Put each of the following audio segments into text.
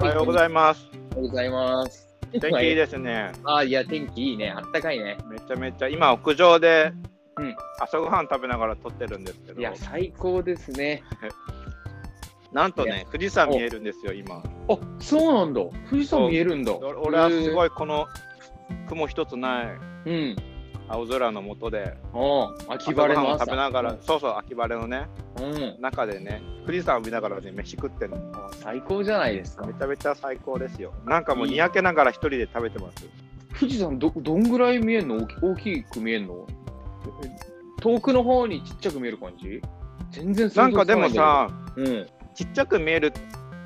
はようございます。おはようございます。天気いいですね。あ、いや、天気いいね。あったかいね。めちゃめちゃ今屋上でうん朝ごはん食べながら撮ってるんですけどい、や、最高ですね。なんといね富士山見えるんですよ今。あ、そうなんだ。富士山見えるんだ。俺俺はすごい。いこの雲一つないうん。青空の下でああ、秋晴れ朝ごはんのを朝。食べながら、そうそう秋晴れのねうん。中でね富士山を見ながらね飯食ってるの。あ最高じゃないですかめ。ちゃめちゃ最高ですよ。なんかもういいにやけながら一人で食べてます。富士山ど、どんぐらい見えるの大き大きく見えるの遠くの方にちっちゃく見える感じ全然な想ん像かつかでないもださけど、うん。ちっちゃく見える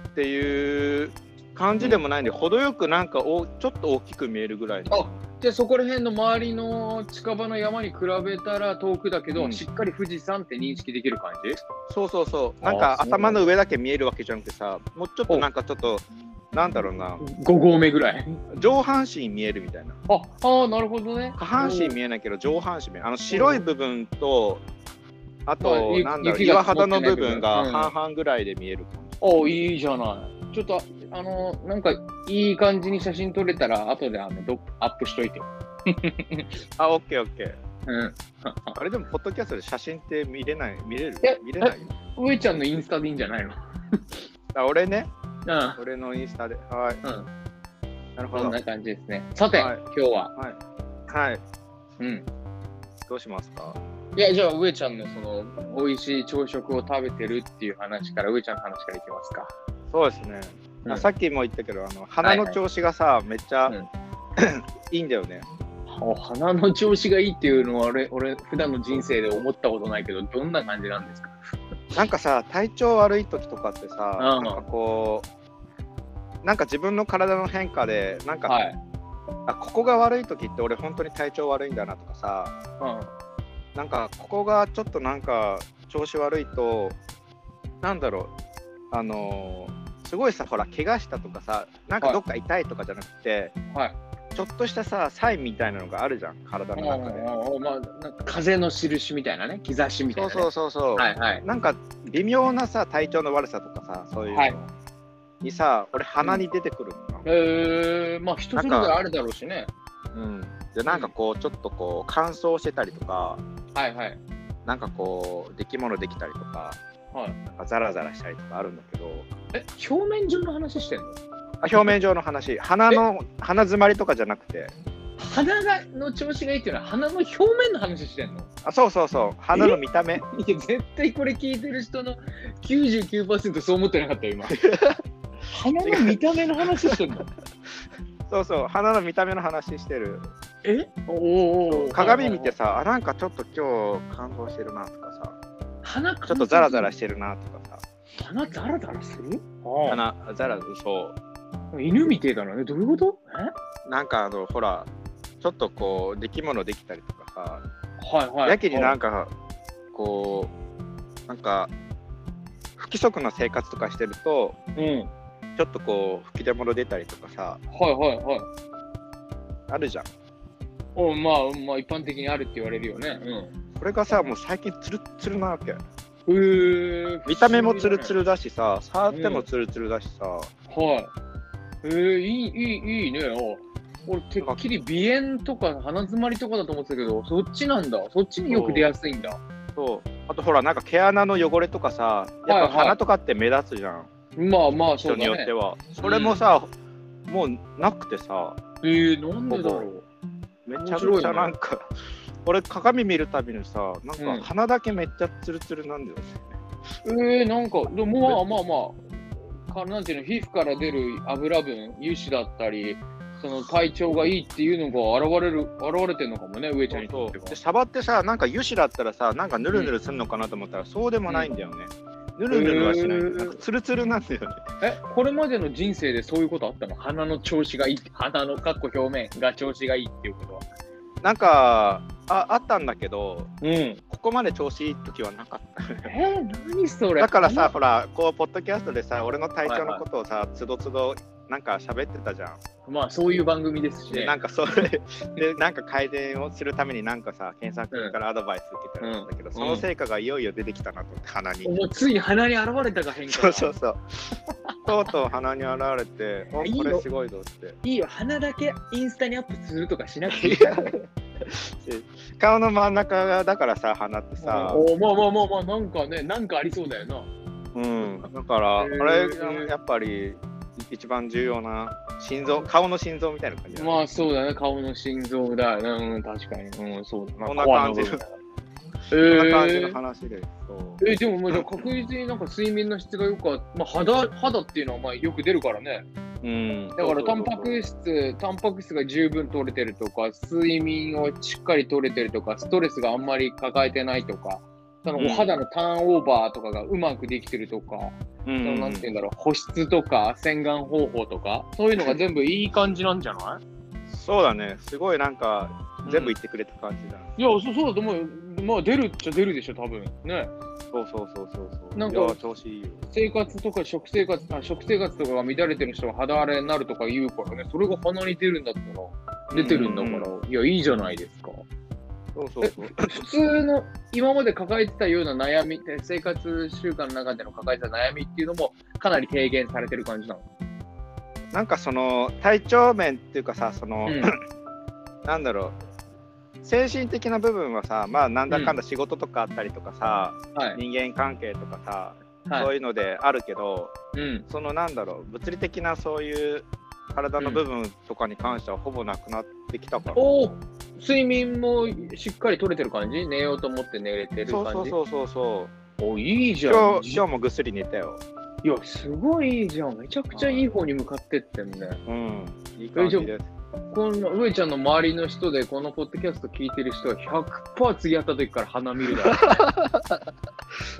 っていう感じでもないんで、程よくなんかおちょっと大きく見えるぐらいのあじゃあそこら辺の周りの近場の山に比べたら遠くだけど、うんしっかり富士山って認識できる感じそうそうそうあなそうなんんかだ頭の上だけ見えるわけじゃなくてさもうちょっとなんかちょっとなんだろうな ?5 合目ぐらい。上半身見えるみたいなあ、ああ、なるほどね。下半身見えないけど上半身見えるあの白い部分とあとあゆなんだろう雪が岩積もっ肌てなのい部分が部分半々ぐらいで見える感じ、おいいじゃない。ちょっと、あの、なんか、いい感じに写真撮れたら、後であのどアップしといてよ。あオッケーオッケーうん。あれでもポッドキャストで写真って見れない見れるえ見れないよ上ちゃんのインスタでいいんじゃないのあ俺ねうん。俺のインスタではい、んなるほこどんな感じですね。さて、はい今日は。はいうん。どうしますかいや、じゃあ、上ちゃんのその、美味しい朝食を食べてるっていう話から、上ちゃんの話からいきますか。そうですね、うんさっきも言ったけどあの鼻の調子がさ、めっちゃ、うんいいんだよねお鼻の調子がいいっていうのは、俺、俺、普段の人生で思ったことないけど、どんな感じなんですかなんかさ体調悪い時とかってさ、うんなんかこうなんか自分の体の変化でなんか、はい。あここが悪い時って俺本当に体調悪いんだなとかさうなんかここがちょっとなんか調子悪いとなんだろうあのーすごいさほら怪我したとかさなんかどっか痛いとかじゃなくて、ん。はい。ちょっとしたさサインみたいなのがあるじゃん体の中で。うんまあ、なんか風の印みたいなね、兆しみたいそな、うね。そうそうそう、はいはい。なんか微妙なさ体調の悪さとかさそういうはいのにさ、俺鼻に出てくるのよ、えー、まあ人それぞれあるだろうしね。うんでなんかこうちょっとこう乾燥してたりとかはいはい。なんかこう出来物できたりとかはい、なんかザラザラしたりとかあるんだけどえ、表面上の話してんのあ表面上の話鼻の鼻詰まりとかじゃなくて鼻がの調子がいいっていうのは鼻の表面の話してんのあそうそうそう鼻の見た目いや、絶対これ聞いてる人の99%そう思ってなかったよ、今。鼻の見た目の話してん のそうそう鼻の見た目の話してるえおーおー鏡見てさあなんかちょっと今日感動してるなとかさ鼻ちょっとザラザラしてるなとかさ鼻ザラザラする鼻ザラそう犬みてえだなねどういうことなんかあのほらちょっとこう出来物できたりとかさ、えはいはいやけになんかかこうなんか不規則な生活とかしてるとうんちょっとこう吹き出物出たりとかさはいはいはいあるじゃんおまあまあ一般的にあるって言われるよね。うん。これがさもう最近ツルッツルなわけえー、見た目もツルツル。ルだしさ触ってもツルツルだしさ、はい。えー、いいいいいいね。お俺てっきり鼻炎とか鼻詰まりとかだと思ってたけどそっちなんだそっちによく出やすいんだそうあとほらなんか毛穴の汚れとかさやっぱはいは鼻いとかって目立つじゃん、まあまあそ人うにだよっねてはそれもさ、もうなくてさえー、なんでだろうめちゃめちゃなんか、 俺鏡見るたびにさなんうんか鼻だけめっちゃツルツルなんだよね、えー、なんかでもまあまあまあかなんていうの皮膚から出る油分油脂だったりその体調がいいっていうのが現れる現れてるのかもね上ちゃんにとってはでサバってさなんか油脂だったらさなんかヌルヌルするのかなと思ったら、そうでもないんだよね、ヌルヌルはしない、へーなんかツルツルなんだよねえ、これまでの人生でそういうことあったの鼻の調子がいいって、鼻のかっこ表面が調子がいいっていうことは。なんかああったんだけどうん。えここまで調子いい時はなかったー、何それだからさ、ほらこうポッドキャストでさ俺の体調のことをさつどつどなんか喋ってたじゃん、まあそういう番組ですしでね。なんかそれでなんか改善をするためになんかさ検索からアドバイス受けたりしたんだけど、うんその成果がいよいよ出てきたなと思って鼻に、もうついに鼻に現れたが変化そが。うそうそうとうとう鼻に現れて、おいいこよれすごいぞって。いいよ、鼻だけインスタにアップするとかしなくていいから。顔の真ん中がだからさ、鼻ってさ、おまあまあまあまあ、なんかね、なんかありそうだよな。うん、だから、あへーれうんやっぱり一番重要な心臓、顔の心臓みたいな感じだねまあそうだね、顔の心臓だよね。うん、確かに。うん、そうだ。こんな感じのコアな部分だよえそんな感じのー話で。そうえでもまあじゃあ確実になんか睡眠の質がよくあまあ、肌肌っていうのはまあよく出るからねうん、だだからタンパク質タンパク質が十分取れてるとか睡眠をしっかり取れてるとかストレスがあんまり抱えてないとかそのうんお肌のターンオーバーとかがうまくできてるとか、うそんのなんて言うんだろう保湿とか洗顔方法とかそういうのが全部いい感じなんじゃないそうだね、すごいなんか全部い言ってくれた感じだ、やそそうだと思うよまあ出るっちゃ出るでしょ多分ねそうそうそうそうそう。なんかいや調子いいよ。生活とか食生活あ食生活とかが乱れてる人は肌荒れになるとか言うからねそれが鼻に出るんだったら出てるんだから、ういやいいじゃないですかそうそうそう。普通の今まで抱えてたような悩みえ生活習慣の中での抱えてた悩みっていうのもかなり軽減されてる感じなの、 なんかその体調面っていうかさ、その、うん、なんだろう。精神的な部分はさ、まあ、なんだかんだ仕事とかあったりとかさ、 はい、人間関係とかさ、そはうい、いうのであるけど、うんそのなんだろう、物理的なそういう体の部分とかに関してはほぼなくなってきたから。おー睡眠もしっかり取れてる感じ寝ようと思って寝れてるそう感そうじそうそうそう。おいいじゃん今日今日もぐっすり寝たよ。いやすごいいいじゃんめちゃくちゃいい方に向かってってんねうん。いい感じです。この上ちゃんの周りの人でこのポッドキャスト聞いてる人は100%次会った時から鼻見るだろ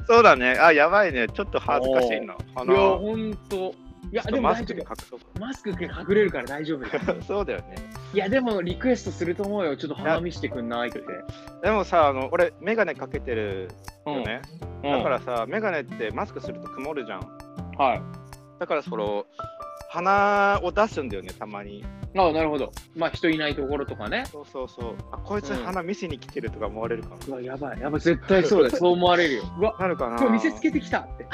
そうだね。あ、やばいね。ちょっと恥ずかしいな。あういやのほんといやちょっでともマス大丈ク夫で隠そうか。マスク隠れるから大丈夫だよ そうだよね。いやでもリクエストすると思うよちょっと鼻見してくんないってでもさ、あの俺、メガネかけてるうんよね。うんだからさ、メガネってマスクすると曇るじゃん。はいだからその、鼻を出すんだよね、たまに。あなるほどまあ人いないところとかねそうそうそう。あ、こいつうん鼻見せに来てるとか思われるかな。うわやばいやばい絶対そうだ よそう思われるようわなるかな今日見せつけてきた って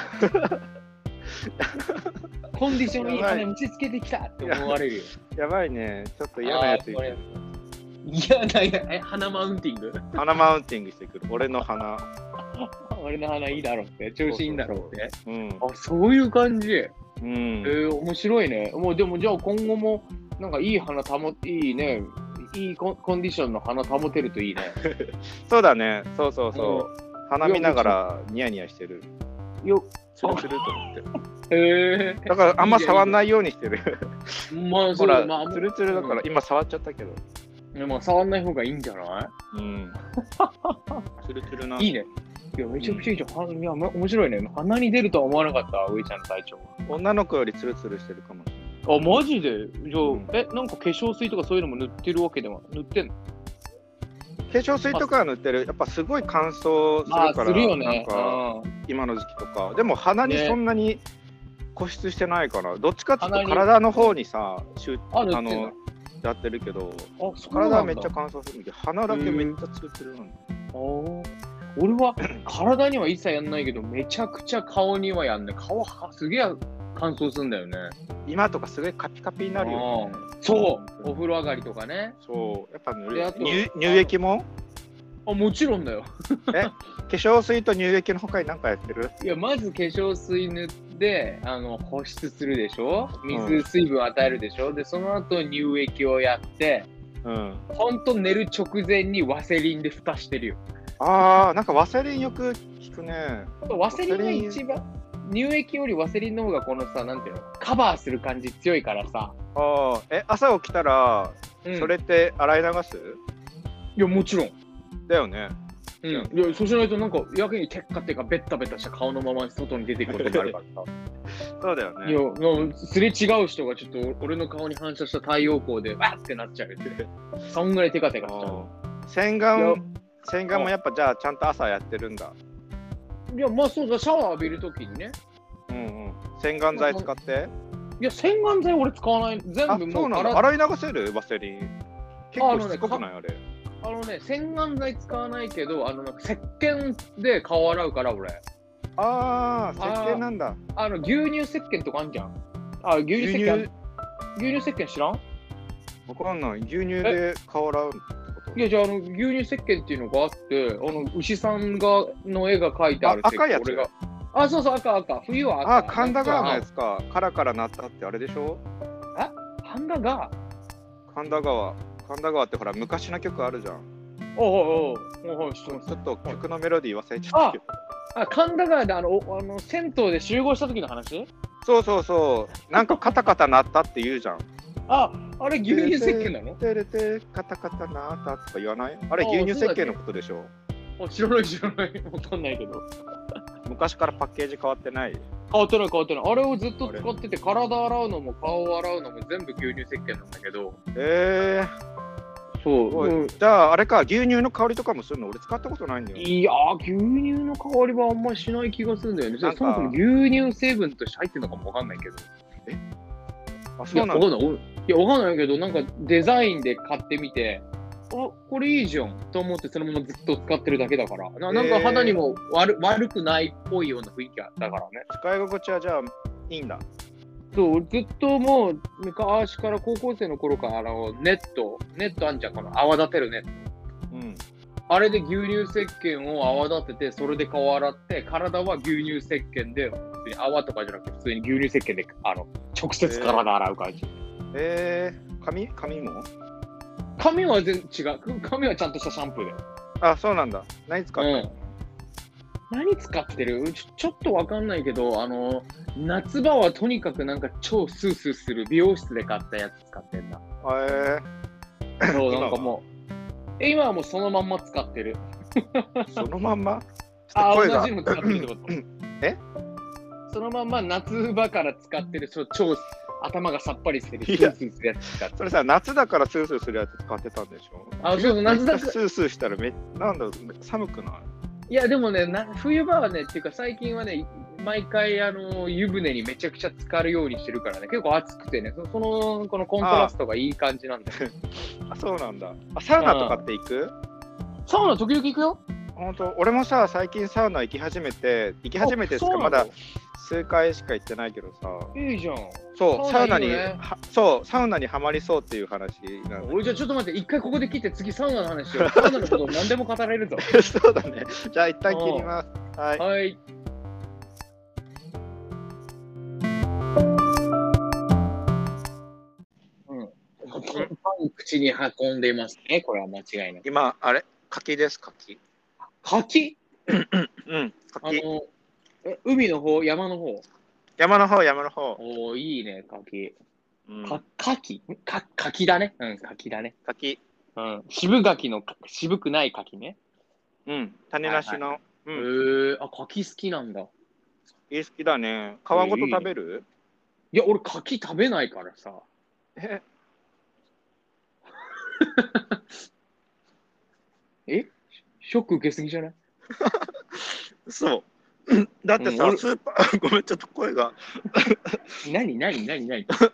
コンディションいいやばい鼻見せつけてきたって思われるよやばいね。ちょっと嫌なやつあー言っこてれる。嫌だ嫌だえ鼻マウンティング鼻マウンティングしてくる。俺の鼻。俺の鼻いいだろうって、調子いいんだろうって。うん。あ、そういう感じ。えうん。ー、面白いね。もうでもじゃあ今後も、なんかいい鼻保って、いいね、いいコンコンディションの鼻保てるといい ね。そうだね。そうそうそう。鼻見ながらニヤニヤしてる。よスルスルと思って。えだからあんま触んないようにしてる。ー、まあそほうらだ、まあ、、ツルツルだから、今触っちゃったけど。うん。まあ触んない方がいいんじゃなうん。ツルツルないいいね。いや、めちゃくちゃいいじゃん。鼻いや、ま面白いね。鼻に出るとは思わなかった、上ちゃんの体調女の子よりツルツルしてるかもしれない。あ、マジでじゃあ、うんえ、なんか化粧水とかそういうのも塗ってるわけでは、塗ってんの化粧水とかは塗ってる。やっぱすごい乾燥するあ、かすら、るよなんね。かうん今の時期とか。でも鼻にねそんなに固執してないから、どっちかっていう鼻とに体の方にさ、集中あ、塗ってあんのの、やってるけど、あ、そうなんだ体はめっちゃ乾燥するんだけど、鼻だけめっちゃツルツルなの。おー俺は体には一切やんないけど、めちゃくちゃ顔にはやんね。顔はすげえ乾燥するんだよね。今とかすごいカピカピになるよね。そう、お風呂上がりとかね。そう。やっぱ塗であると乳乳液もあ、もちろんだよ。化粧水と乳液の他に何かやってるいや、まず化粧水塗って、あの、保湿するでしょ水、うん水分与えるでしょで、その後乳液をやって、うん。ほんと寝る直前にワセリンで蓋してるよ。ああ、なんかワセリンよく聞くね。ワセリンが一番、乳液よりワセリンの方がこのさ、なんていうの、カバーする感じ強いからさ。ああ、え、朝起きたら、うんそれって洗い流す、いや、もちろん。だ よね。うん、いやそうしないとなんかやけに結果っていうかベッタベタした顔のまま外に出ていくことになるからさそうだよいね。やなんかすれ違う人がちょっと俺の顔に反射した太陽光でわーってなっちゃうよそんぐらいテカテカあしちゃー洗ういや顔、洗顔もやっぱじゃあちゃんと朝やってるんだ。いやまあそうだシャワー浴びるときにねうんうん。洗顔剤使って。いや洗顔剤俺使わない全あ、部そもううなんガだ。ラ洗い流せるワセリン。結構しつこくないあれ。あのね洗顔剤使わないけどあのなんか石鹸で顔洗うから俺ああ、石鹸なんだ。あの、牛乳石鹸とかあんじゃん。あ、牛乳石牛鹸乳、、牛乳石鹸知らんわかんない。牛乳で顔洗うってこといや、じゃあ、あの、牛乳石鹸っていうのがあって、あの、牛さんが、の絵が描いてあるあ石鹸赤いやつ俺が。あ、そうそう、赤、赤。冬は赤。あ、神田川のやつか。カラカラなったってあれでしょ神田川神田川。神田川ってほら、昔の曲あるじゃん。おうおうおうおうおう知ってますちょっと曲のメロディー忘れちゃったけど。あ、神田川で、あの、おあの銭湯で集合した時の話そうそうそう。なんかカタカタなったって言うじゃん。あ、あれ牛乳石鹸なのてれて、カタカタなったとか言わないあれ、あ牛乳そう石だっけ鹸のことでしょあ知らない知らない。 わかんないけど。昔からパッケージ変わってない。変わってない変わってない。あれをずっと使ってて、体洗うのも顔を洗うのも全部牛乳石鹸なんだけど。えそー、すごいじゃああれか、牛乳の香りとかもするの俺使ったことないんだよ。いやー、牛乳の香りはあんまりしない気がするんだよね。そなんもかそも牛乳成分として入ってるのかもわかんないけど。あ、いそや、うわなかんんだ。ない。おいや、わかんないけど、なんかデザインで買ってみて、あ、これいいじゃんと思ってそのままずっと使ってるだけだから。ななんか肌にも悪,、悪くないっぽいような雰囲気だからね。使い心地はじゃあいいんだ。そう、ずっともう昔から高校生の頃から、あの、ネット、ネットあんじゃん、この泡立てるネット。うん。あれで牛乳石鹸を泡立てて、それで顔洗って、体は牛乳石鹸で、普通に泡とかじゃなくて、普通に牛乳石鹸で、あの、直接体洗う感じ。えー、髪髪も髪は全然違う。髪はちゃんとしたシャンプーだよ。あ、そうなんだ。何使ったの、うん何使ってるちょちょっとわかんないけど、あの、夏場はとにかくなんか超スースーする美容室で買ったやつ使ってんだ。あえそう、な今はんかもう、え今はもうそのまんま使ってる。ー、そのまんまあ、声同がじの使ってるってことえそのまんま夏場から使ってる、そう超頭がさっぱりしてる、スいーやスーするやつ使ってる。それさ、夏だからスースーするやつ使ってたんでしょあ、そうそう、夏だめっちゃスースーしたらめなんだろう、寒くないいや、でもねな、冬場はね、っていうか最近はね、毎回、あの、湯船にめちゃくちゃ浸かるようにしてるからね、結構暑くてね、そその、このコントラストがいい感じなんだよ。あ、そうなんだ。あ、サウナとかって行くサウナ時々行くよ本当俺もさ、最近サウナ行き始めて、行き始めてですか、まだ。数回しか行ってないけどさ、いいじゃん。そう、ササウウナナにいいよねはそう、サウナにはまりそうっていう話なんだ俺じゃあちょっと待って、一回ここで切って次サウナの話しよう。サウナのこと何でも語れるぞ。けどそうだね。じゃあ、一旦切ります。はい。はい。うん。口に運んでいますね。これは間違いない。今、あれ柿です、柿。柿うん、あ柿。の、え海の方、山の方。山の方、山の方。おー、いいね、柿。うんか、柿か、柿だね。うん、柿だね。柿。うん。渋柿の、渋くない柿ね。うん、種なしの。うへん、ー、あ、柿好きなんだ。いいい好きだね。皮ごと食べるや、俺柿食べないからさ。ええショック受けすぎじゃないそう。 だってうんさ、俺スーパー、 ごめん、ちょっと声が。何何何何 だって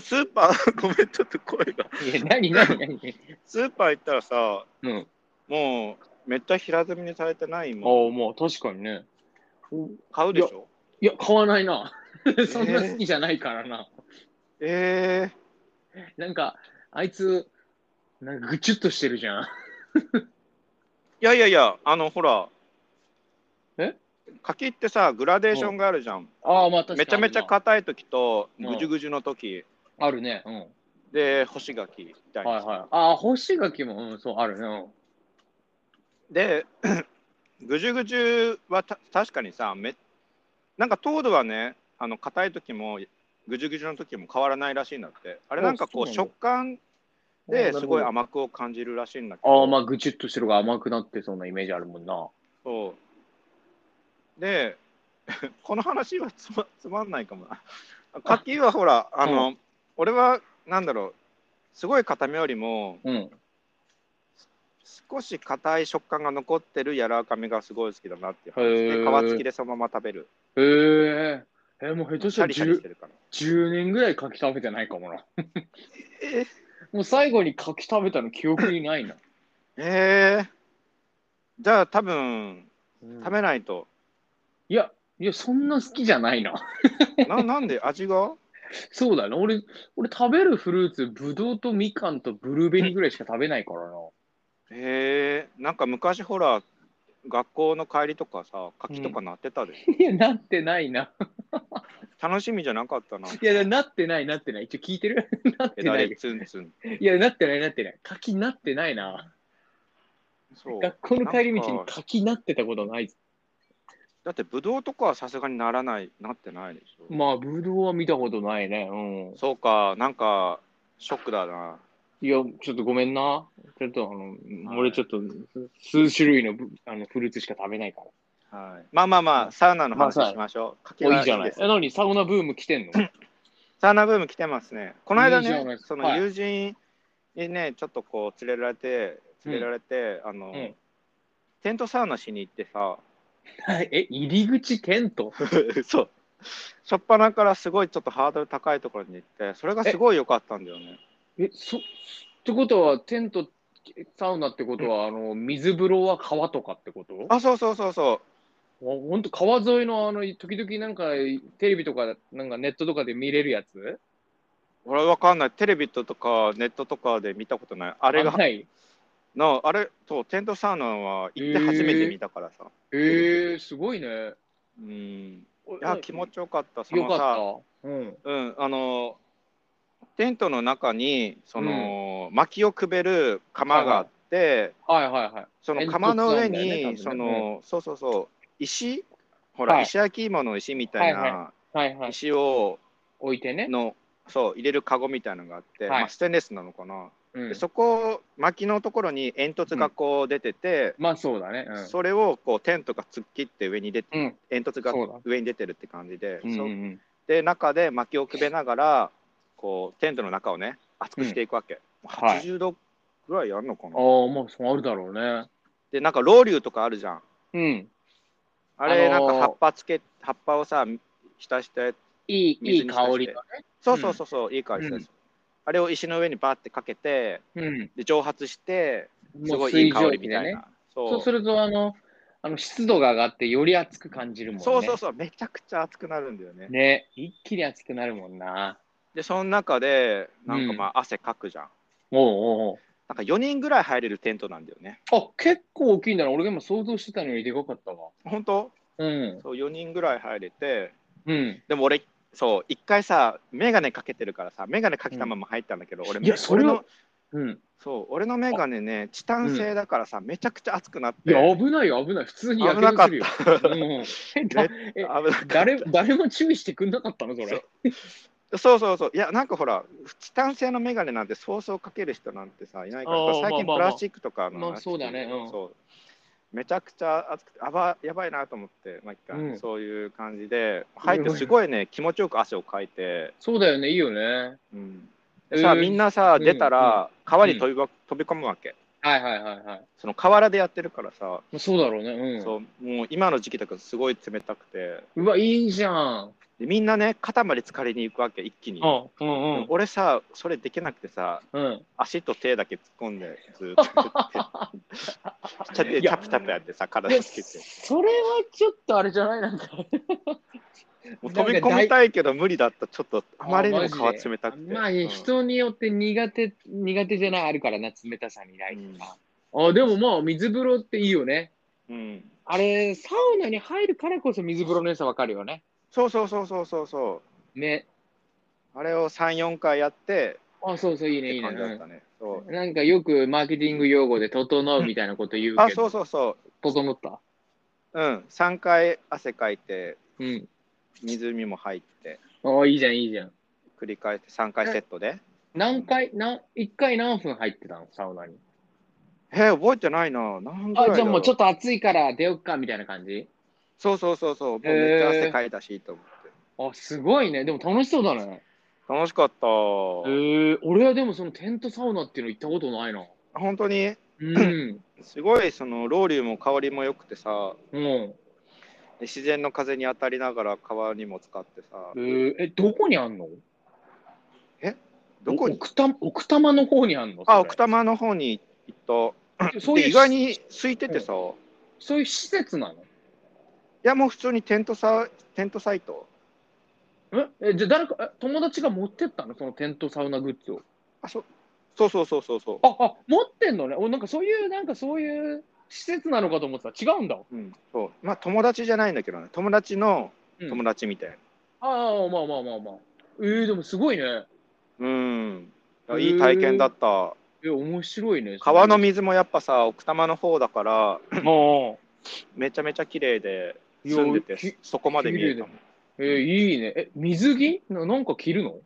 スーパー、 ごめん、ちょっと声が。いや、何何何スーパー行ったらさ、うん。もう、めっちゃ平積みにされてないもあん。あ、まあ確かにね。買うでしょいや、買わないな。そんな好きじゃないからな。えなんか、あいつ、なんかぐちゅっとしてるじゃん。ー、いやいやいや、あの、ほら。え柿ってさ、グラデーションがあるじゃん。ああ、まあ確かに。めちゃめちゃか硬い時と、うんぐじゅぐじゅの時あるね。うん。で、干し柿みたいな。はいはい。ああ、干し柿も、うん、そう、あるね。で ぐじゅぐじゅはた確かにさめなんか糖度はねあの硬い時もぐじゅぐじゅの時も変わらないらしいんだってあれなんかこあうそうなんだ食感うんあなるでほどすごい甘くを感じるらしいんだけあどあ、まあ、ぐちゅっとしてるが甘くなってそうなイメージあるもんな。そうで この話はつまつまんないかもな 柿はほらあの、俺はなんだろうすごい硬めよりもうん。少し硬い食感が残ってる柔らかめがすごい好きだなっていうへー話で皮付きでそのまま食べるへえ。えもう下手しシたャらリシャリし 10, てるから。 10年ぐらい柿食べてないかもな。えもう最後に柿食べたの記憶にないな。えじゃあ多分うん食べないと、いや、いや、そんな好きじゃないな。ななんで味が そうだね。俺、俺食べるフルーツ、ぶどうとみかんとブルーベリーぐらいしか食べないからな。へえなんか昔ほら学校の帰りとかさ柿とかなってたで、 いや、なってないな。楽しみじゃなかったないや、なって ない、なってない。一応聞いてる なって枝なでい。ツンツンいや、なってない、なってない。柿なってないな。そう学校の帰り道なにんか柿なってたことない。だってブドウとかはさすがにならないなってないでしょ、まあ、ぶどうは見たことないね。うん。そうかなんかショックだないや、ちょっとごめんな。ちょっと、あの、俺ちょっと、数種類のぶあのフルーツしか食べないから。はい、まあまあまあサウナの話まあさしましょう。かおいいじゃない。すえ、なに、サウナブーム来てんのサウナブーム来てますね。この間いいじゃないねです、かそはのい友人にね、ちょっとこう連れられて、連れられて、あの、うんテントサウナしに行って さ、え、入り口テントそう。初っ端からすごいちょっとハードル高いところに行って、それがすごい良かったんだよね。え、そ、ってことは、テント、サウナってことは、あの、水風呂は川とかってことあ、そうそうそうそ本当川沿いのあの時々なんかテレビとかなんかネットとかで見れるやつう。俺わかんない。テレビとかネットとかで見たことない。ああれが、ないのあれ、そう、テントサウナは行って初めて見たからさ。ええー、すごいねうん。おいや、お気持ちよかった。そよのさ、かったうんうん、あのテントの中にその、薪をくべる釜があって、はいはいはいその煙突釜の上なんだよねに、多分ねそのそうそうそう石ほら、はい石焼き芋の石みたいはいなはいはい石を置いてね、のそう入れるカゴみたいなのがあって、はいまあ、ステンレスなのかな、うんでそこ薪のところに煙突がこう出てて、まあそうだねうんそれをこうテントが突っ切って上に出てうん煙突がそうだ上に出てるって感じで、うんそうんで中で薪をくべながらこうテントの中をね熱くしていくわけ、はい80度ぐらいあるのかな、うん、ああまあそうあるだろうねでなんかロウリュとかあるじゃんうんあれあなのーんか葉っぱつけ葉っぱをさ浸していいいい水に香浸してりだそうそうそうそう、いい香りする、うんあれを石の上にバーってかけてねで蒸発してうんすもごういいい水香蒸り気みでたいねなそうそうするとあのあの湿度が上がってより熱く感じるもんねそうそうそうめちゃくちゃ熱くなるんだよねね一気に熱くなるもんなでその中でなんかうんまあ汗かくじゃん、おうおうおうなんか4人ぐらい入れるテントなんだよねあ、結構大きいんだな。俺が今想像してたのよりでかかったわ。本当うん。そう4人ぐらい入れてうん。でも俺そう一回さ眼鏡かけてるからさ眼鏡かけたまま入ったんだけど、俺いやそれは俺のうん。そう俺の眼鏡ねチタン製だからさ、めちゃくちゃ熱くなっいてや、危ないよ、危ない。普通に危やなけどかっするよ。た うん、えだえ危なかった誰誰も注意してくんなかったのそそれう。そうそうそういやなんかほらチタン製の眼鏡なんてそうそうかける人なんてさいないからあーまあ最近まあプまあラスチックとかの話、まあそうだねうんそうめちゃくちゃ熱くてあばやばいなと思って毎回、うんそういう感じで入ってすごいね気持ちよく汗をかいてそうだよね、いいよね。うんでえさ、ーみんなさうん出たら川に飛び,、飛び込むわけはいはいはいはい。まその河原でやってるからさ、あ、そうだろうね。うん。そううもう今の時期とかすごい冷たくてわ、いいじゃん。でみんなね肩まで疲れに行くわけ一気に、あ、うんうん。俺さそれできなくてさうん、足と手だけ突っ込んでずーっとやって チャプチャプチャプやってさ体いや、つけてそれはちょっとあれじゃないなんか。もう飛び込みたいけど無理だったちょっとあまりにも川冷たくてまあ、うん人によって苦手、苦手じゃないあるからな、冷たさにないうんとか。あ、でもまあ、水風呂っていいよね。うん、あれ、サウナに入るからこそ水風呂の良さわかるよね。そうそうそうそうそうそね。うあれを34回やってあ、そうそう、いいっね、いていね。感じだっうたねそうんなんかよくマーケティング用語で整うみたいなこと言うけど、あそうそうそう整った。うん、3回汗かいてうん。湖も入ってあいいじゃん、いいじゃん。繰り返して3回セットで何回、何、一回何分入ってたの、サウナに。えー覚えてないな何ぐらいだろあ、じゃあもうちょっと暑いから出よっか、みたいな感じそうそうそうそうもうめっちゃ汗かいたしと思って、あ、すごいね。でも楽しそうだね。楽しかっえた、ー、俺はでもそのテントサウナっていうの行ったことないな。本当にうん。すごいそのロウリュも香りも良くてさうん。で自然の風に当たりながら川にも使ってさえー、え、どこにあんのどこに奥多摩奥多摩の方にあんのあ奥多多摩の方に行った摩。そういうで意外に空いててさ、そういう施設なのやもう普通にテントサテントサイトええじゃあ誰かえ友達が持ってったのそのテントサウナグッズをあそそうそうそうそうそうああ持ってんのねおなんかそういうなんかそういう施設なのかと思ってた違うんだ、うん、そうまあ友達じゃないんだけどね友達のうん友達みたいなああまあまあまあまあえー、でもすごいねうん、へーいい体験だったえ面白いね川の水水もやっぱさ奥多摩の方だからもめちゃめちゃ綺麗でいや住んでてきそそこまで見えたもんえーいいねえ水着ななんか着るの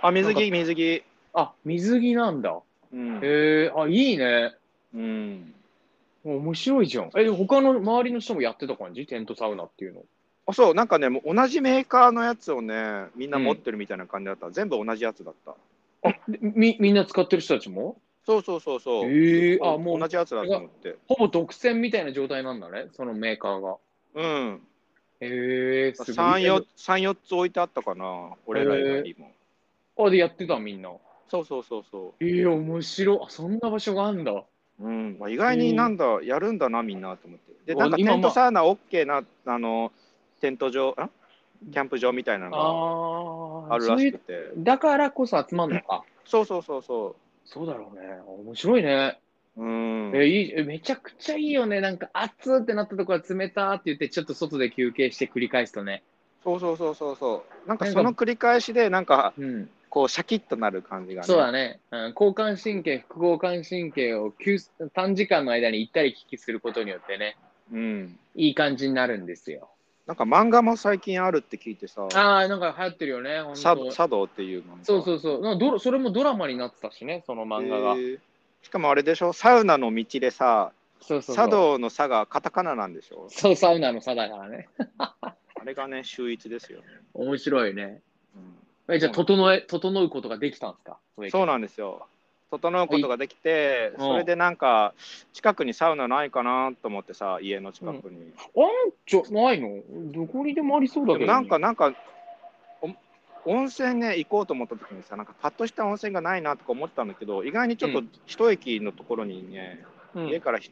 あ水な着水着あ水着なんだうん、えー、あいいねうん、面白いじゃん。え、他の周りの人もやってた感じテントサウナっていうの。あそうなんかねもう同じメーカーのやつをねみんな持ってるみたいな感じだった、全部同じやつだったでみみんな使ってる人たちもそうそうそうそうえーそうあもう同じやつだと思ってほぼ独占みたいな状態なんだね、そのメーカーが。うんえー、すごい。 34つ置いてあったかな俺ら以外にも、あ、でやってたみんな。そうそうそうそえー、面白い。あ、そんな場所があるんだ。う、うんまあ、意外になんだ、やるんだなみんなと思ってであなんか今テントサウナ OK なあのテント場んキャンプ場みたいなあのーがあるそらういしくうてだからこそ集まんのか。そうそうそうそそうだろうね。面白いね。ううん、えーいいえめちゃくちゃいいよね。なんか熱ってなったとこは冷たって言って、ちょっと外で休憩して繰り返すとね。そうそうそうそうそうなんかなんそかの繰り返しでなんかうん。こうシャキッとなる感じがねそうだね、うん、交感神経、副交感神経を急短時間の間に行ったり来来することによってね、うんいい感じになるんですよ。なんか漫画も最近あるって聞いてさああ、なんか流行ってるよね、 「本茶当茶道」っていう漫画そうそうそうなんかドラ、それもドラマになってたしね、その漫画が。えーしかもあれでしょサウナの道でさそうそうそう。茶道の「茶」がカタカナなんでしょそう、サウナの差だからね。あれがね秀逸ですよね、面白いね。うえじゃあ、整え、整うことができたんですかん、そううなんですよ整うことができて、んそれでなんか近くにサウナないかなと思ってさ家の近くに、あんちょ、ないのどこにでもありそうだけでど、もなんか、なんかお温泉ね行こうと思った時にさなんかパッとした温泉がないなとか思ってたんだけど意外にちょっうと一駅のところにね、うん家からひ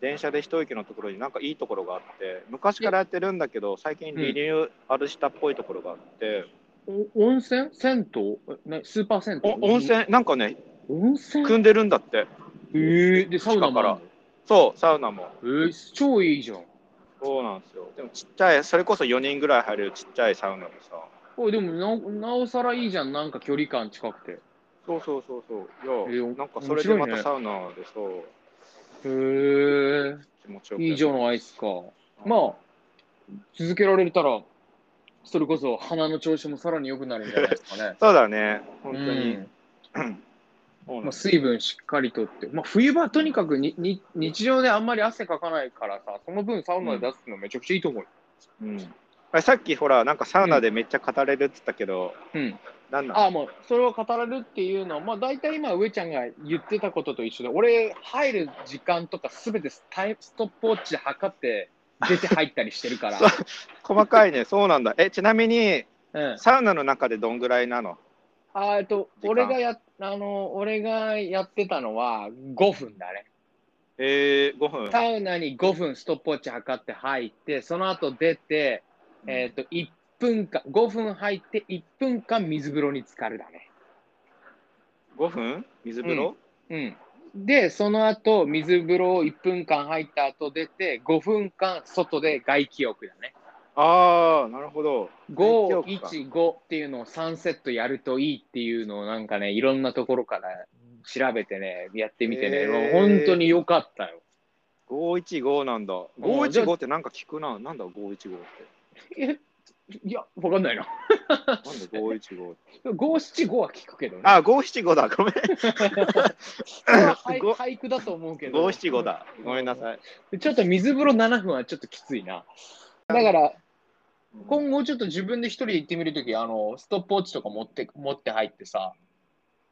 電車で一駅のところになんかいいところがあって昔からやってるんだけど最近リニューアルしたっぽいところがあって、お温泉銭湯えねスーパー銭湯お温泉なんかね温泉組んでるんだってえー、で、サウナもあるの近そうサウナもえー、超いいじゃん。そうなんですよでもちっちゃいそれこそ4人ぐらい入れるちっちゃいサウナでさおいでもなおなおさらいいじゃん、なんか距離感近くて。へそうそうそうそういえや、ーなんかそれでま面白いたねサウナでそうえ、気持ちよく。いいじゃないですか。まあ、続けられたら、それこそ鼻の調子もさらに良くなるんじゃないですかねそうだね、本当うに。んそうなんまあ、です水分しっかりとって、まあ、冬場はとにかくにに日常であんまり汗かかないからさ、その分サウナで出すのめちゃくちゃいいと思うよ。うんあれさっきほら、なんかサウナでめっちゃ語れるって言ったけど、うん、なんなんああ、もうそれを語られるっていうのは、まあ、大体今、上ちゃんが言ってたことと一緒で、俺、入る時間とかすべてスタイストップウォッチで測って、出て入ったりしてる から、細かいね、そうなんだ。え、ちなみに、うん、サウナの中でどんぐらいなのあーえっと時間俺がやあの俺がやってたのは5分だね。えー、5分。サウナに5分ストップウォッチ測って入って、その後出て、えっと1分間、5分入って1分間水風呂に浸かるだね。 5分水風呂、うん、で、その後水風呂を1分間入った後出て、5分間外で外気浴だね。ああ、なるほど。 5、外気1、5っていうのを3セットやるといいっていうのをなんかね、いろんなところから調べてね、やってみてね、へもうー本当に良かったよ。 515なんだ。515ってなんか聞くな。なんだ515って。えいや、わかんないな。なんだ515って。 5、7、5は聞くけどね。あ、575だ。ごめん。これは俳ご俳句だと思うけど。 575だ。ごめんなさい。ちょっと水風呂7分はちょっときついな。だから、うん今後ちょっと自分で一人で行ってみるとき、あの、ストップウォッチとか持って、持って入ってさ、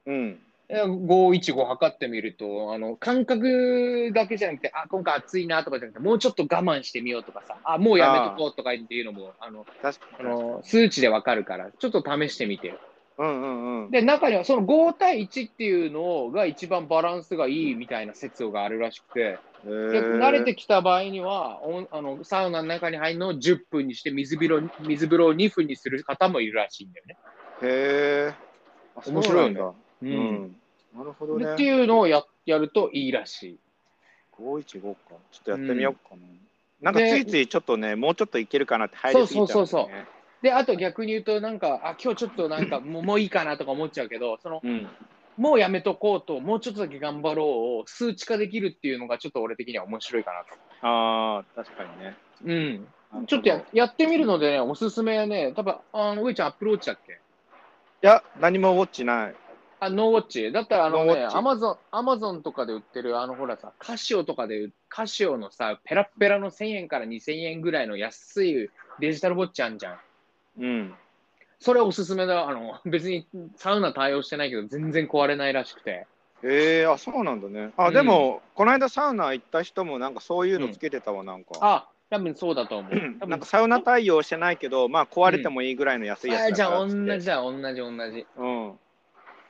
うん。え515測ってみると、あの、感覚だけじゃなくて、あ、今回暑いなとかじゃなくて、もうちょっと我慢してみようとかさ、あ、もうやめとこうとかっていうのも、あの、確かあに。の数値でわかるから、ちょっと試してみてよ。うんうんうん。で、中にはその5対1っていうのが一番バランスがいいみたいな説があるらしくて、逆に慣れてきた場合には、おんあのサウナの中に入るのを10分にして水風呂、水風呂を2分にする方もいるらしいんだよね。へえ。あ面白いねそうなんだ。うん。なるほどってね。いうのをややるといいらしい。五一五か。ちょっとやってみようかな。なんかついついちょっとね、もうちょっといけるかなって入りすぎちゃうんだそうそうよそね。で、あと逆に言うと、なんか、あ、今日ちょっとなん か、もうもういいかなとか思っちゃうけど、その、うん。もうやめとこうと、もうちょっとだけ頑張ろうを数値化できるっていうのが、ちょっと俺的には面白いかなと。ああ、確かにね。うん。ちょっとややってみるのでね、おすすめはね、多分あの、上ちゃん、アップローチだっけいや、何もウォッチない。あ、ノーウォッチ。だったら、あのノーウね、ォッチアマゾン、アマゾンとかで売ってる、あの、ほらさ、カシオとかで売っ、カシオのさ、ペラッペラの1000円から2000円ぐらいの安いデジタルウォッチあんじゃん。うん。それおすすめだ。あの、 別にサウナ対応してないけど、全然壊れないらしくて。ええあ、そうなんだね。あ、でも、この間サウナ行った人もなんかそういうのつけてたわ、なんか。あ、多分そうだと思う。多分なんかサウナ対応してないけど、まあ壊れてもいいぐらいの安いやあつじだゃからあ、っつって同じだ、同じ、同じ。うん。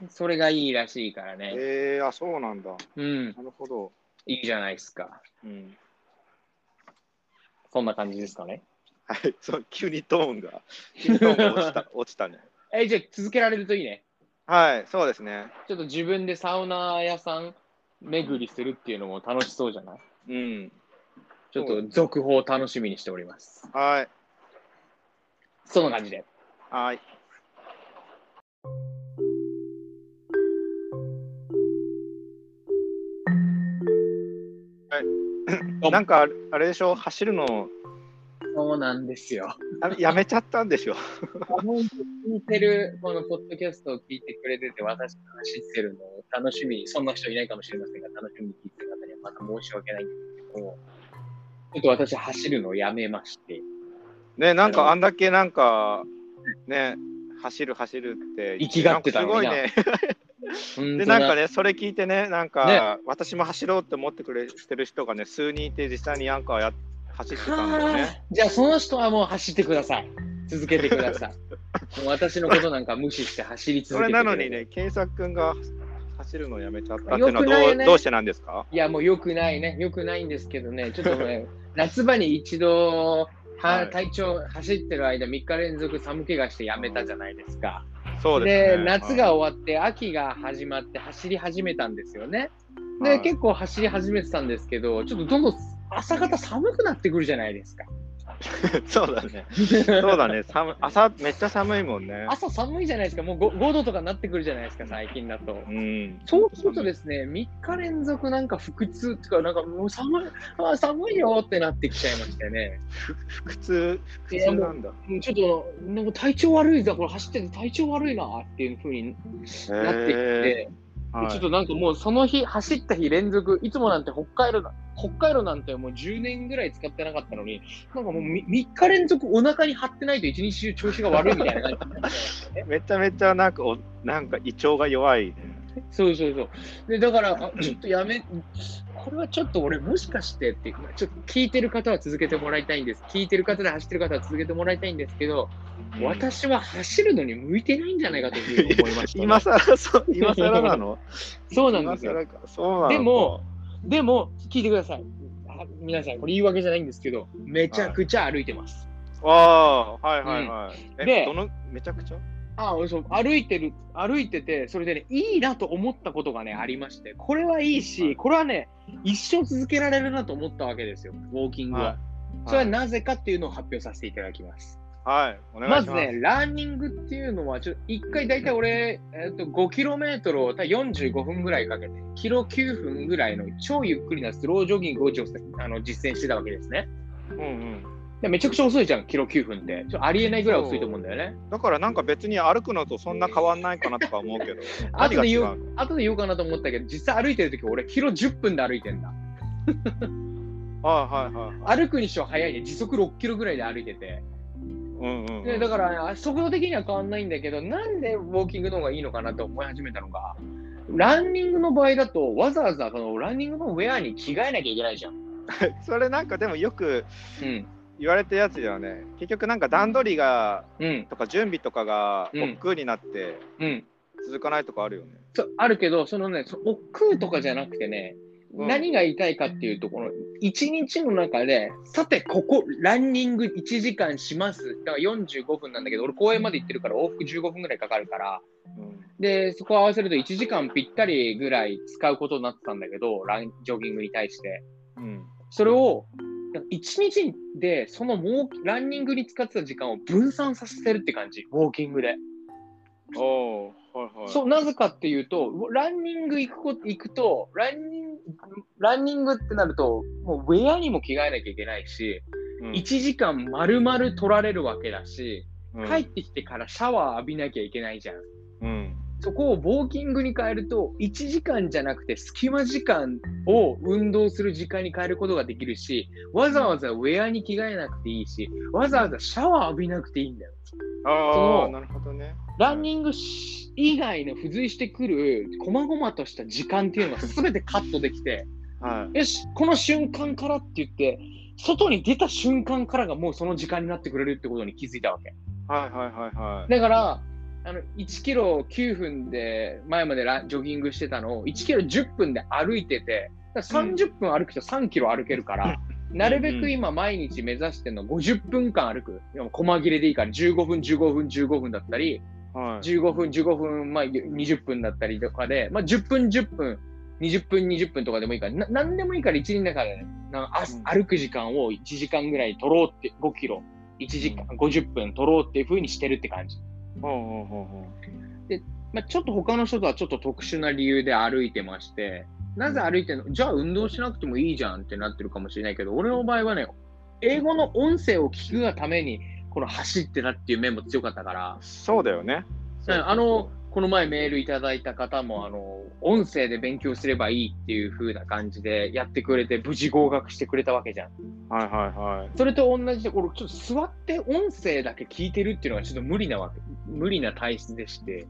それがいいらしいからね。ええあ、そうなんだ。うん、なるほど。いいじゃないですか。うん。そんな感じですかね。はい、 そう、急にトーンが、急にトーンが落ち た、落ちたね。え、じゃあ、続けられるといいね。はい、そうですね。ちょっと自分でサウナ屋さん巡りするっていうのも楽しそうじゃないうん。ちょっと続報を楽しみにしております。はい。そんな感じで。はい。はい、 なんかあれあれでしょ走るのそうなんですよ。あやめちゃったんでしょ聞いてる、このポッドキャストを聞いてくれてて、私が走ってるのを楽しみに、そんな人いないかもしれませんが、楽しみに聞いてる方にはまた申し訳ないんですけども、ちょっと私、走るのをやめまして、ねなんかあんだけなんかね走る走るって行言きがってたなんのかすにごいなねでで なんかね、ねそれ聞いてねなんか、ね私も走ろうって思ってくれてる人がね数人いて実際になんかや走ってたんだ よね。じゃあ、その人はもう走ってください。続けてください。もう私のことなんか無視して走り続そけれてくなださいのにね、ケイサ君が走るのをやめちゃったっていようのくはど,、ないうねどうしてなんですかいや、もう良くないね。良くないんですけどね、ちょっと ね、夏場に一度、ははい体調、走ってる間、3日連続寒気がしてやめたじゃないですか。そうでですね。夏はがい終わって、秋が始まって、走り始めたんですよね。はで、い結構走り始めてたんですけど、ちょっとどんどん朝方寒くなってくるじゃないですか。 そうだね。そうだね。寒朝めっちゃ寒いもんね。 朝寒いじゃないですか、もう 5, 5度とかなってくるじゃないですか、最近だと。うん。そうするとですね、3日連続なんか腹痛とか、なんかもう寒い、あー寒いよってなってきちゃいましてね。腹痛腹痛なんだ。うんちょっと、なんか体調悪いだ、これ走ってて体調悪いなっていうふうになってきて、へでーちょっはい。となんかもうその日、走った日連続、いつもなんて北海道な、北海道なんてもう10年ぐらい使ってなかったのに、なんかもうみ3日連続お腹に張ってないと一日中調子が悪いみたいな感じになっちゃいましたねめちゃめちゃなんかおなんか胃腸が弱いね。そうそうそう。で、だから、あちょっとやめ、これはちょっと俺もしかしてって、ちょっと聞いてる方は続けてもらいたいんです。聞いてる方で走ってる方は続けてもらいたいんですけど、私は走るのに向いてないんじゃないかというふうに思 いましたね、今さらそう今さらなの？ そうなんですよ。今更かそうなんだでも、でも、聞いてください。あ皆さん、これ言い訳じゃないんですけど、めちゃくちゃ歩いてます。ああはいはいはい。えでどのめちゃくちゃ？ああそう歩いてる、歩いてて、それでね、いいなと思ったことがね、ありまして、これはいいはし、いこれはね、一生続けられるなと思ったわけですよ、ウォーキングは。はいそれはなぜかっていうのを発表させていただきます。はいお願いましずます。ね、ランニングっていうのは、ちょっと1回大体俺、えっと 5km を多分45分ぐらいかけて、キロ9分ぐらいの超ゆっくりなスロージョギングを実践あの実践してたわけですね。うんうん。でめちゃくちゃ遅いじゃん、キロ9分って。ちょっとありえないぐらい遅いと思うんだよね。。だからなんか別に歩くのとそんな変わんないかなとか思うけど後で言何が違う後で言おうかなと思ったけど、実際歩いてる時俺、キロ10分で歩いてんだ。の。はいはいはい。歩くにしては早いね、時速6キロぐらいで歩いてて。うんうんうん、でだから、あ速度的には変わんないんだけど、なんでウォーキングの方がいいのかなと思い始めたのが、ランニングの場合だと、わざわざそのランニングのウェアに着替えなきゃいけないじゃん。それなんかでもよくうん、言われたやつではね結局なんか段取りがうん、とか準備とかがうん億劫になってうん。続かないとかあるよね。そうあるけど、そのね、そ億劫とかじゃなくてね、うん何が言いたいかっていうと、この一日の中で、さて、ここ、ランニング1時間します。だから45分なんだけど、俺公園まで行ってるから往復15分ぐらいかかるから、うんで、そこを合わせると1時間ぴったりぐらい使うことになってたんだけど、ランジョギングに対して。うんそれを、1日で、そのもうランニングに使ってた時間を分散させてるって感じ、ウォーキングで。おーはいはい。そう、なぜかっていうと、ランニング行くこ行くとランニング、ランニングってなると、もうウェアにも着替えなきゃいけないし、うん1時間丸々取られるわけだし、うん帰ってきてからシャワー浴びなきゃいけないじゃん。うんそこをウォーキングに変えると、1時間じゃなくて隙間時間を運動する時間に変えることができるし、わざわざウェアに着替えなくていいし、わざわざシャワー浴びなくていいんだよ。あそあ、うなるほどね。ランニングし以外の付随してくる、細々とした時間っていうのが全てカットできて、はい。よし、この瞬間からって言って、外に出た瞬間からがもうその時間になってくれるってことに気づいたわけ。はいはいはいはい。だから、あの1キロ9分で前までランジョギングしてたのを1キロ10分で歩いてて、だから30分歩くと3キロ歩けるから、なるべく今毎日目指してるの50分間歩く。でも細切れでいいから15分、15分、15分だったり、はい。 15分、15分、まあ、20分だったりとかで、まあ、10分、10分、20分、20分とかでもいいから、な何でもいいから1日の中でね、なんかあうん歩く時間を1時間ぐらい取ろうって、5キロ、1時間、50分取ろうっていうふうにしてるって感じ。ほうほうほうほまあ、ちょっと他の人とはちょっと特殊な理由で歩いてまして、なぜ歩いてんのじゃあ運動しなくてもいいじゃんってなってるかもしれないけど、俺の場合はね、英語の音声を聞くがために、この走ってたっていう面も強かったからう。、そうだよね。そうそうそうあの、この前メールいただいた方も、あの、音声で勉強すればいいっていう風な感じでやってくれて、無事合格してくれたわけじゃん。はいはいはい。それと同じで、これちょっと座って音声だけ聞いてるっていうのがちょっと無理なわけ、無理な体質でして、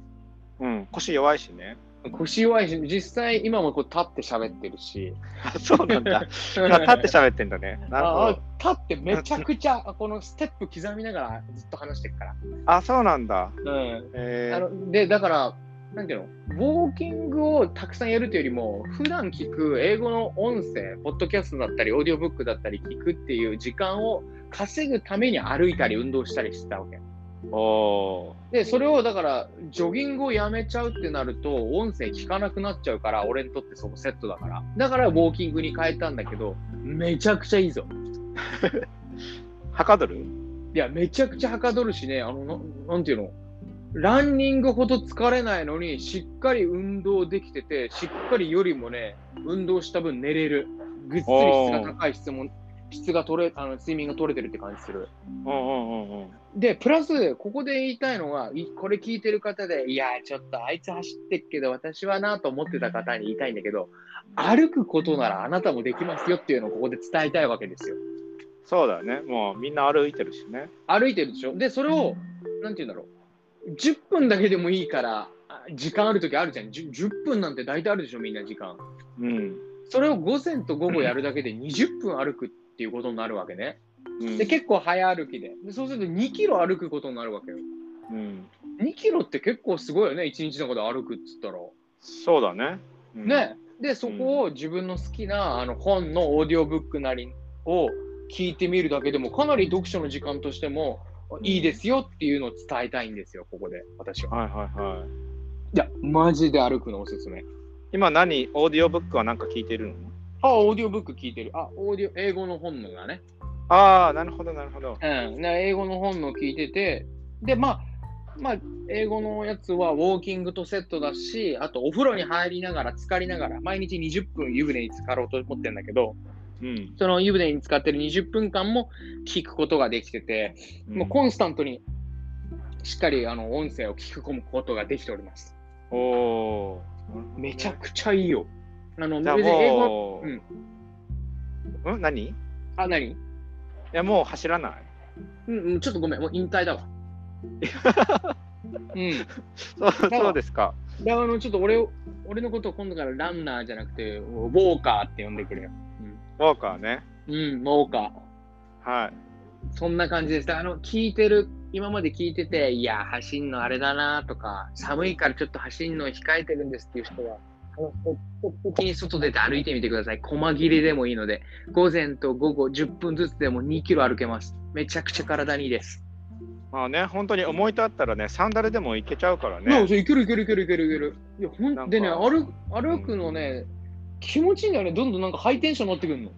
うん、腰弱いしね。腰弱いし、実際今もこう立って喋ってるし、あ そうなんだ。今立って喋ってんだね。なるほ あど。あ立ってめちゃくち ゃ、このステップ刻みながらずっと話してるから。あ、そうなんだ。うん。えあー、のでだから、なんていうの、ウォーキングをたくさんやるというよりも、普段聞く英語の音声、ポッドキャストだったり、オーディオブックだったり、聞くっていう時間を稼ぐために歩いたり、運動したりしてたわけ。おーで、それをだから、ジョギングをやめちゃうってなると、音声聞かなくなっちゃうから、俺にとってそこセットだから。だから、ウォーキングに変えたんだけど、めちゃくちゃいいぞ。はかどるいや、めちゃくちゃはかどるしね、あの、ななんていうの、ランニングほど疲れないのに、しっかり運動できてて、しっかりよりもね、運動した分寝れる。ぐっすり質が高い質問、質が取れ、あの、睡眠が取れてるって感じする。うんうんうんうん。で、プラス、ここで言いたいのが、いこれ聞いてる方で、いやー、ちょっとあいつ走ってっけど、私はなと思ってた方に言いたいんだけど、歩くことならあなたもできますよっていうのをここで伝えたいわけですよ。そうだよね。もうみんな歩いてるしね。歩いてるでしょでそれをなんて言うんだろう10分だけでもいいからあ時間ある時あるじゃん 10, 10分なんて大体あるでしょみんな時間うん。それを午前と午後やるだけで20分歩くっていうことになるわけねうんで結構早歩きででそうすると2キロ歩くことになるわけようん。 2キロって結構すごいよね1日のこと歩くっつったらそうだね。うん、ねでそこを自分の好きなあの本のオーディオブックなりを聞いてみるだけでもかなり読書の時間としてもいいですよっていうのを伝えたいんですよここで私ははいはいはい。いやマジで歩くのおすすめ今何オーディオブックは何か聞いてるのあオーディオブック聞いてるあオーディオ英語の本のがねああ、なるほどなるほど。うんな英語の本の聞いててでまあまあ英語のやつはウォーキングとセットだしあとお風呂に入りながら浸かりながら毎日20分湯船に浸かろうと思ってるんだけどうん。その湯船に使ってる20分間も聞くことができてて、もうコンスタントにしっかりあの音声を聞き込むことができております。おおー。めちゃくちゃいいよ。あの、じゃあ別に英語、もう。うんうん。何いあ、何やもう走らない。うん、うん、ちょっとごめん、もう引退だ わ。うん。そらうそうですか。だからあの、ちょっと俺を、俺のことを今度からランナーじゃなくて、ウォーカーって呼んでくれよ。ウォーカーね。うん、ウォーカー。はい。そんな感じです。あの、聞いてる、今まで聞いてて、いや、走んのあれだなとか、寒いからちょっと走んの控えてるんですっていう人は、あの積極的に外出て歩いてみてください。細切れでもいいので、午前と午後10分ずつでも2キロ歩けます。めちゃくちゃ体にいいです。まあね、本当に思い立ったらね、サンダルでもいけちゃうからいや、ね。そういけるいけるいけるいけるいける。いや、ほなんんかでね、歩く歩くのね、気持ちいいんだよね。どんどんなんかハイテンション乗ってくるの。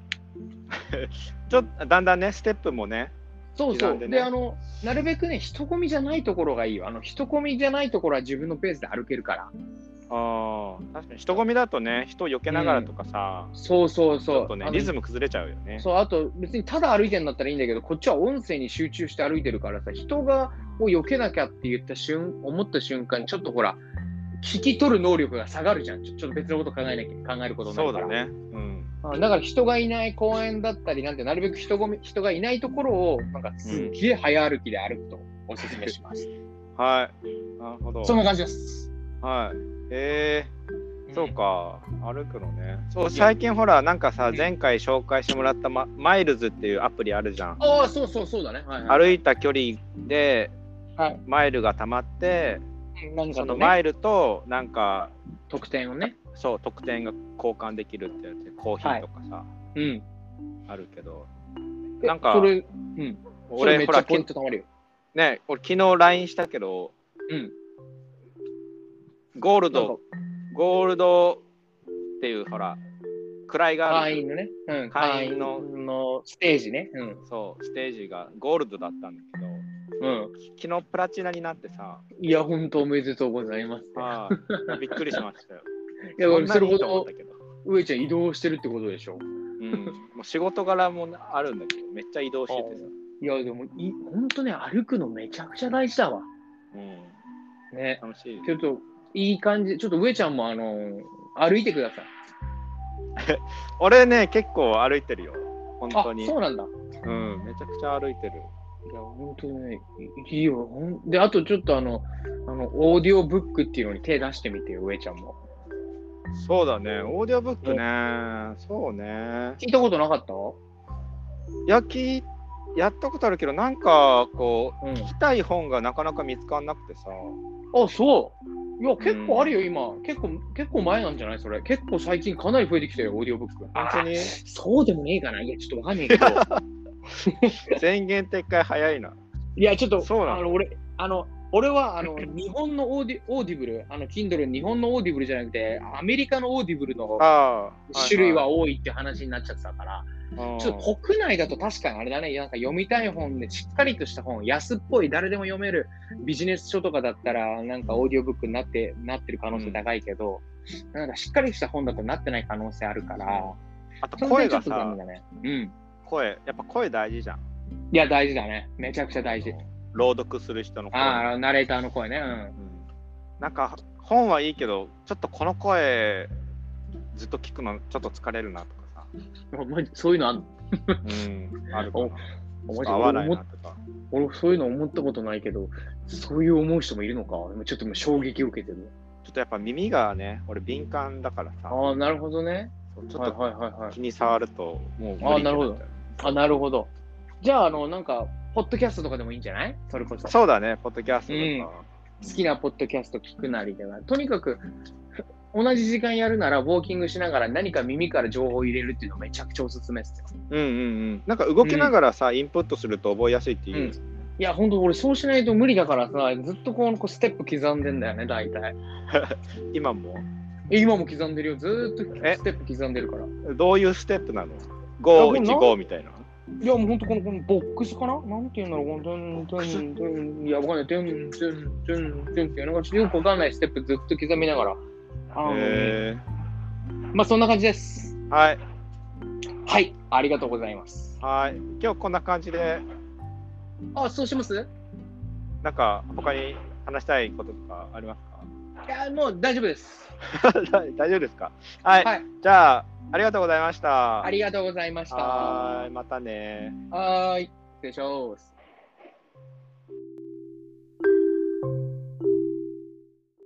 ちょっとだんだんね、ステップもね、そう刻そんう。でで,、ねあの、なるべくね、人混みじゃないところがいいよ。あの、人混みじゃないところは自分のペースで歩けるから。あー確かに人混みだとね、人を避けながらとかさ、そうそうちそう。ょっとねあ、のリズム崩れちゃうよね。そう、あと別にただ歩いてんだったらいいんだけど、こっちは音声に集中して歩いてるからさ、人がを避けなきゃって言った瞬、思った瞬間にちょっとほら、聞き取る能力が下がるじゃん。ちょちょっと別のこと考えなきゃ、考えることになそるうかだら。ね。うん。うんだから人がいない公園だったりなんてなるべく人混み人がいないところをなんかすっげえ早歩きで歩くとおすすめし ます。はい。なるほど。そんな感じです。はい。えー、そううん。か、歩くのね。そう、最近ほら、なんかさう、ん前回紹介してもらったママイルズっていうアプリあるじゃん。ああそうそうそうだね。はいはい。歩いた距離ではいマイルがたまって、何かそののねマイルとなんか特典をね。そう特典が交換できるってやつでコーヒーとかさ、うん。あるけどえなんかそれそれめ俺っほちゃらポイきント貯まるよ。ね俺昨日 LINE したけどうん。ゴールなんかドゴールドっていうほら位があ会る員のね。うん。会員の会員のステージね。うん。そうステージがゴールドだったんだけどうん。き昨日プラチナになってさ、いや本当おめでとうございます。はいびっくりしましたよ。 いや俺それんなにほいいと思っどたけど、上ちゃん移動してるってことでしょ。うん、もう仕事柄もあるんだけど、めっちゃ移動しててさ。いやでもい本当ね歩くのめちゃくちゃ大事だわ。うんね。楽しい。ちょっと、いい感じ。ちょっと、上ちゃんも、あの歩いてください。俺ね、結構歩いてるよ。本あ当、に。そうなんだ。うん、めちゃくちゃ歩いてる。いや、本当にね、いいいよ。ほんで、あと、ちょっと、あの、あの、オーディオブックっていうのに手出してみてよ、上ちゃんも。そうだね、オーディオブックね。そうね。聞いたことなかった焼き、やったことあるけど、なんかこうん。う、聞きたい本がなかなか見つかんなくてさ。あ、そう。いや、結構あるよ、今。結構、結構前なんじゃないそれ。結構最近かなり増えてきたよ、オーディオブック。本当にそうでもねえかな。いや、ちょっとわかんねえ けど。宣言撤回早いな。いや、ちょっと、そうなのあの俺、あの、俺は、あの、日本のオーディオーディブル、あの、Kindle 日本のオーディブルじゃなくて、アメリカのオーディブルのああ。種類は多いって話になっちゃってたから、いはい、ちょっと国内だと確かにあれだね、なんか読みたい本でしっかりとした本、安っぽい、誰でも読めるビジネス書とかだったら、なんかオーディオブックになってなってる可能性高いけど、なんかしっかりした本だとなってない可能性あるから、あと声がそのさ点ちょっと残、念だね。うん。声、やっぱ声大事じゃん。いや、大事だね。めちゃくちゃ大事。朗読する人の声。ああ、ナレーターの声ね。うん。うんなんか本はいいけどちょっとこの声ずっと聞くのちょっと疲れるなとかお前そういうのあんのさ、うん、あるかなおおちょっ前と合わな俺い思なっとか俺、そういうの思ったことないけど、そういう思う人もいるのか。でもちょっともう衝撃を受けてる。ちょっとやっぱ耳がね俺敏感だからさああ、なるほどね。そうちょはっいとはいはいはい。気に触るともう無理ってあなるほどっちゃ。あ、なるほど。じゃあ、あの、なんか、ポッドキャストとかでもいいんじゃないそれこそうそうだねポッドキャストとか、好きなポッドキャスト聞くなりでは。とにかく、ふ同じ時間やるなら、ウォーキングしながら何か耳から情報を入れるっていうのめちゃくちゃおすすめですよ。うん、うんうんなんか動きながらさ、インプットすると覚えやすいっていう、いや、ほんと俺、そうしないと無理だからさ、ずっとこう、こうステップ刻んでんだよね、大体。今もえ今も刻んでるよ。ずーっとえステップ刻んでるから。どういうステップなのいやでもな ?515 みたいないや、もうほんとこの、このボックスかななんていうんだろう、この、トゥン、トゥン、トゥン、いや、わかんない、トゥン、トゥン、トゥン、トゥンっていうのが、よくわかんないステップずっと刻みながら。あのへまあ、そんな感じです。ーはいはい、ありがとうございます。はい今日こんな感じであ、そうしますなんか他に話したいこととかありますかいや、もう大丈夫です。 大大丈夫ですかはい、はいじゃあありがとうございましたありがとうございました。はーいまたねはーい、失礼します。